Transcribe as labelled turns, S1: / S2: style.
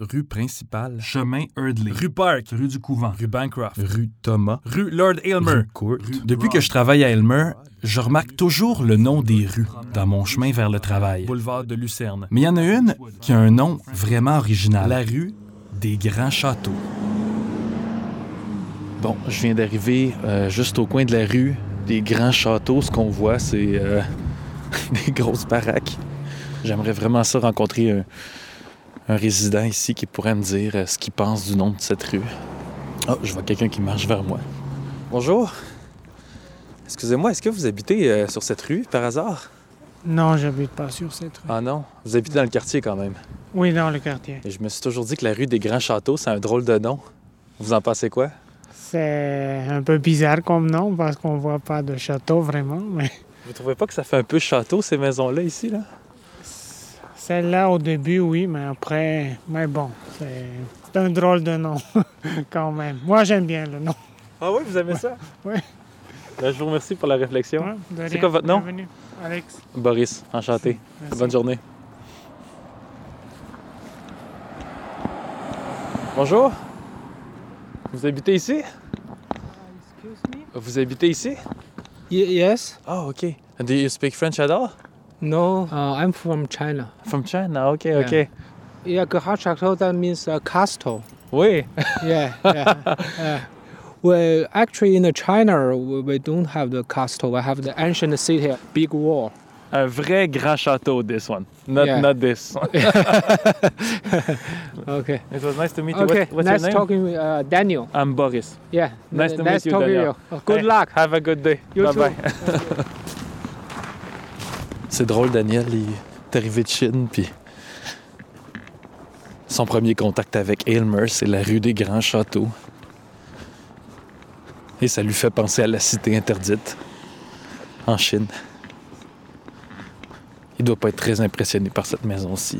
S1: Rue principale.
S2: Chemin Hurdley.
S1: Rue Park.
S2: Rue du Couvent.
S1: Rue Bancroft.
S3: Rue Thomas.
S1: Rue Lord Aylmer.
S3: Rue Court.
S2: Rue-
S1: Depuis que je travaille à Aylmer, je remarque toujours le nom des rues dans mon chemin vers le travail. Boulevard de Lucerne. Mais il y en a une qui a un nom vraiment original. La rue des Grands Châteaux.
S4: Bon, je viens d'arriver euh, juste au coin de la rue des grands châteaux. Ce qu'on voit, c'est euh, des grosses baraques. J'aimerais vraiment ça rencontrer un, un résident ici qui pourrait me dire euh, ce qu'il pense du nom de cette rue. Oh, je vois quelqu'un qui marche vers moi. Bonjour. Excusez-moi, est-ce que vous habitez euh, sur cette rue par hasard?
S5: Non, j'habite pas sur cette rue.
S4: Ah non, vous habitez dans le quartier quand même.
S5: Oui, dans le quartier.
S4: Et je me suis toujours dit que la rue des Grands Châteaux, c'est un drôle de nom. Vous en pensez quoi?
S5: C'est un peu bizarre comme nom parce qu'on voit pas de château vraiment, mais
S4: Vous trouvez pas que ça fait un peu château, ces maisons-là, ici, là?
S5: celle-là au début, oui, mais après, mais bon, c'est c'est un drôle de nom quand même. Moi, j'aime bien le nom.
S4: Ah oui, vous aimez ça?
S5: Ouais.
S4: Ben, je vous remercie pour la réflexion.
S5: Ouais, hein, de
S4: C'est
S5: rien.
S4: quoi votre nom?
S5: Bienvenue, Alex.
S4: Boris, enchanté.
S5: Merci.
S4: Bonne journée. Bonjour. Vous habitez ici?
S6: Ah,
S4: Vous habitez ici?
S6: Ye- yes.
S4: Ah, OK. Do you speak French at all?
S6: No. Uh, I'm from China.
S4: From China? Ah, OK, OK.
S6: Yeah. Yeah, Gahachakto, that means uh, castle.
S4: Oui.
S6: Yeah. yeah, yeah. Well, actually, in China, we we don't have the castle. We have the ancient city, big wall.
S4: Un vrai grand château, this one. Not,
S6: Yeah.
S4: not this.
S6: Okay.
S4: It was nice to meet you.
S6: Okay.
S4: What- what's
S6: nice
S4: your name?
S6: talking with uh, Daniel.
S4: I'm Boris.
S6: Yeah.
S4: Nice
S6: n-
S4: to
S6: nice
S4: meet you,
S6: talking
S4: Daniel.
S6: you. Uh, Good
S4: Hey,
S6: luck.
S4: Have a good day.
S6: You
S4: bye
S6: too.
S4: bye. C'est drôle, Daniel, il est arrivé de Chine, puis son premier contact avec Aylmer, c'est la rue des Grands Châteaux. Et ça lui fait penser à la cité interdite en Chine. Il doit pas être très impressionné par cette maison-ci.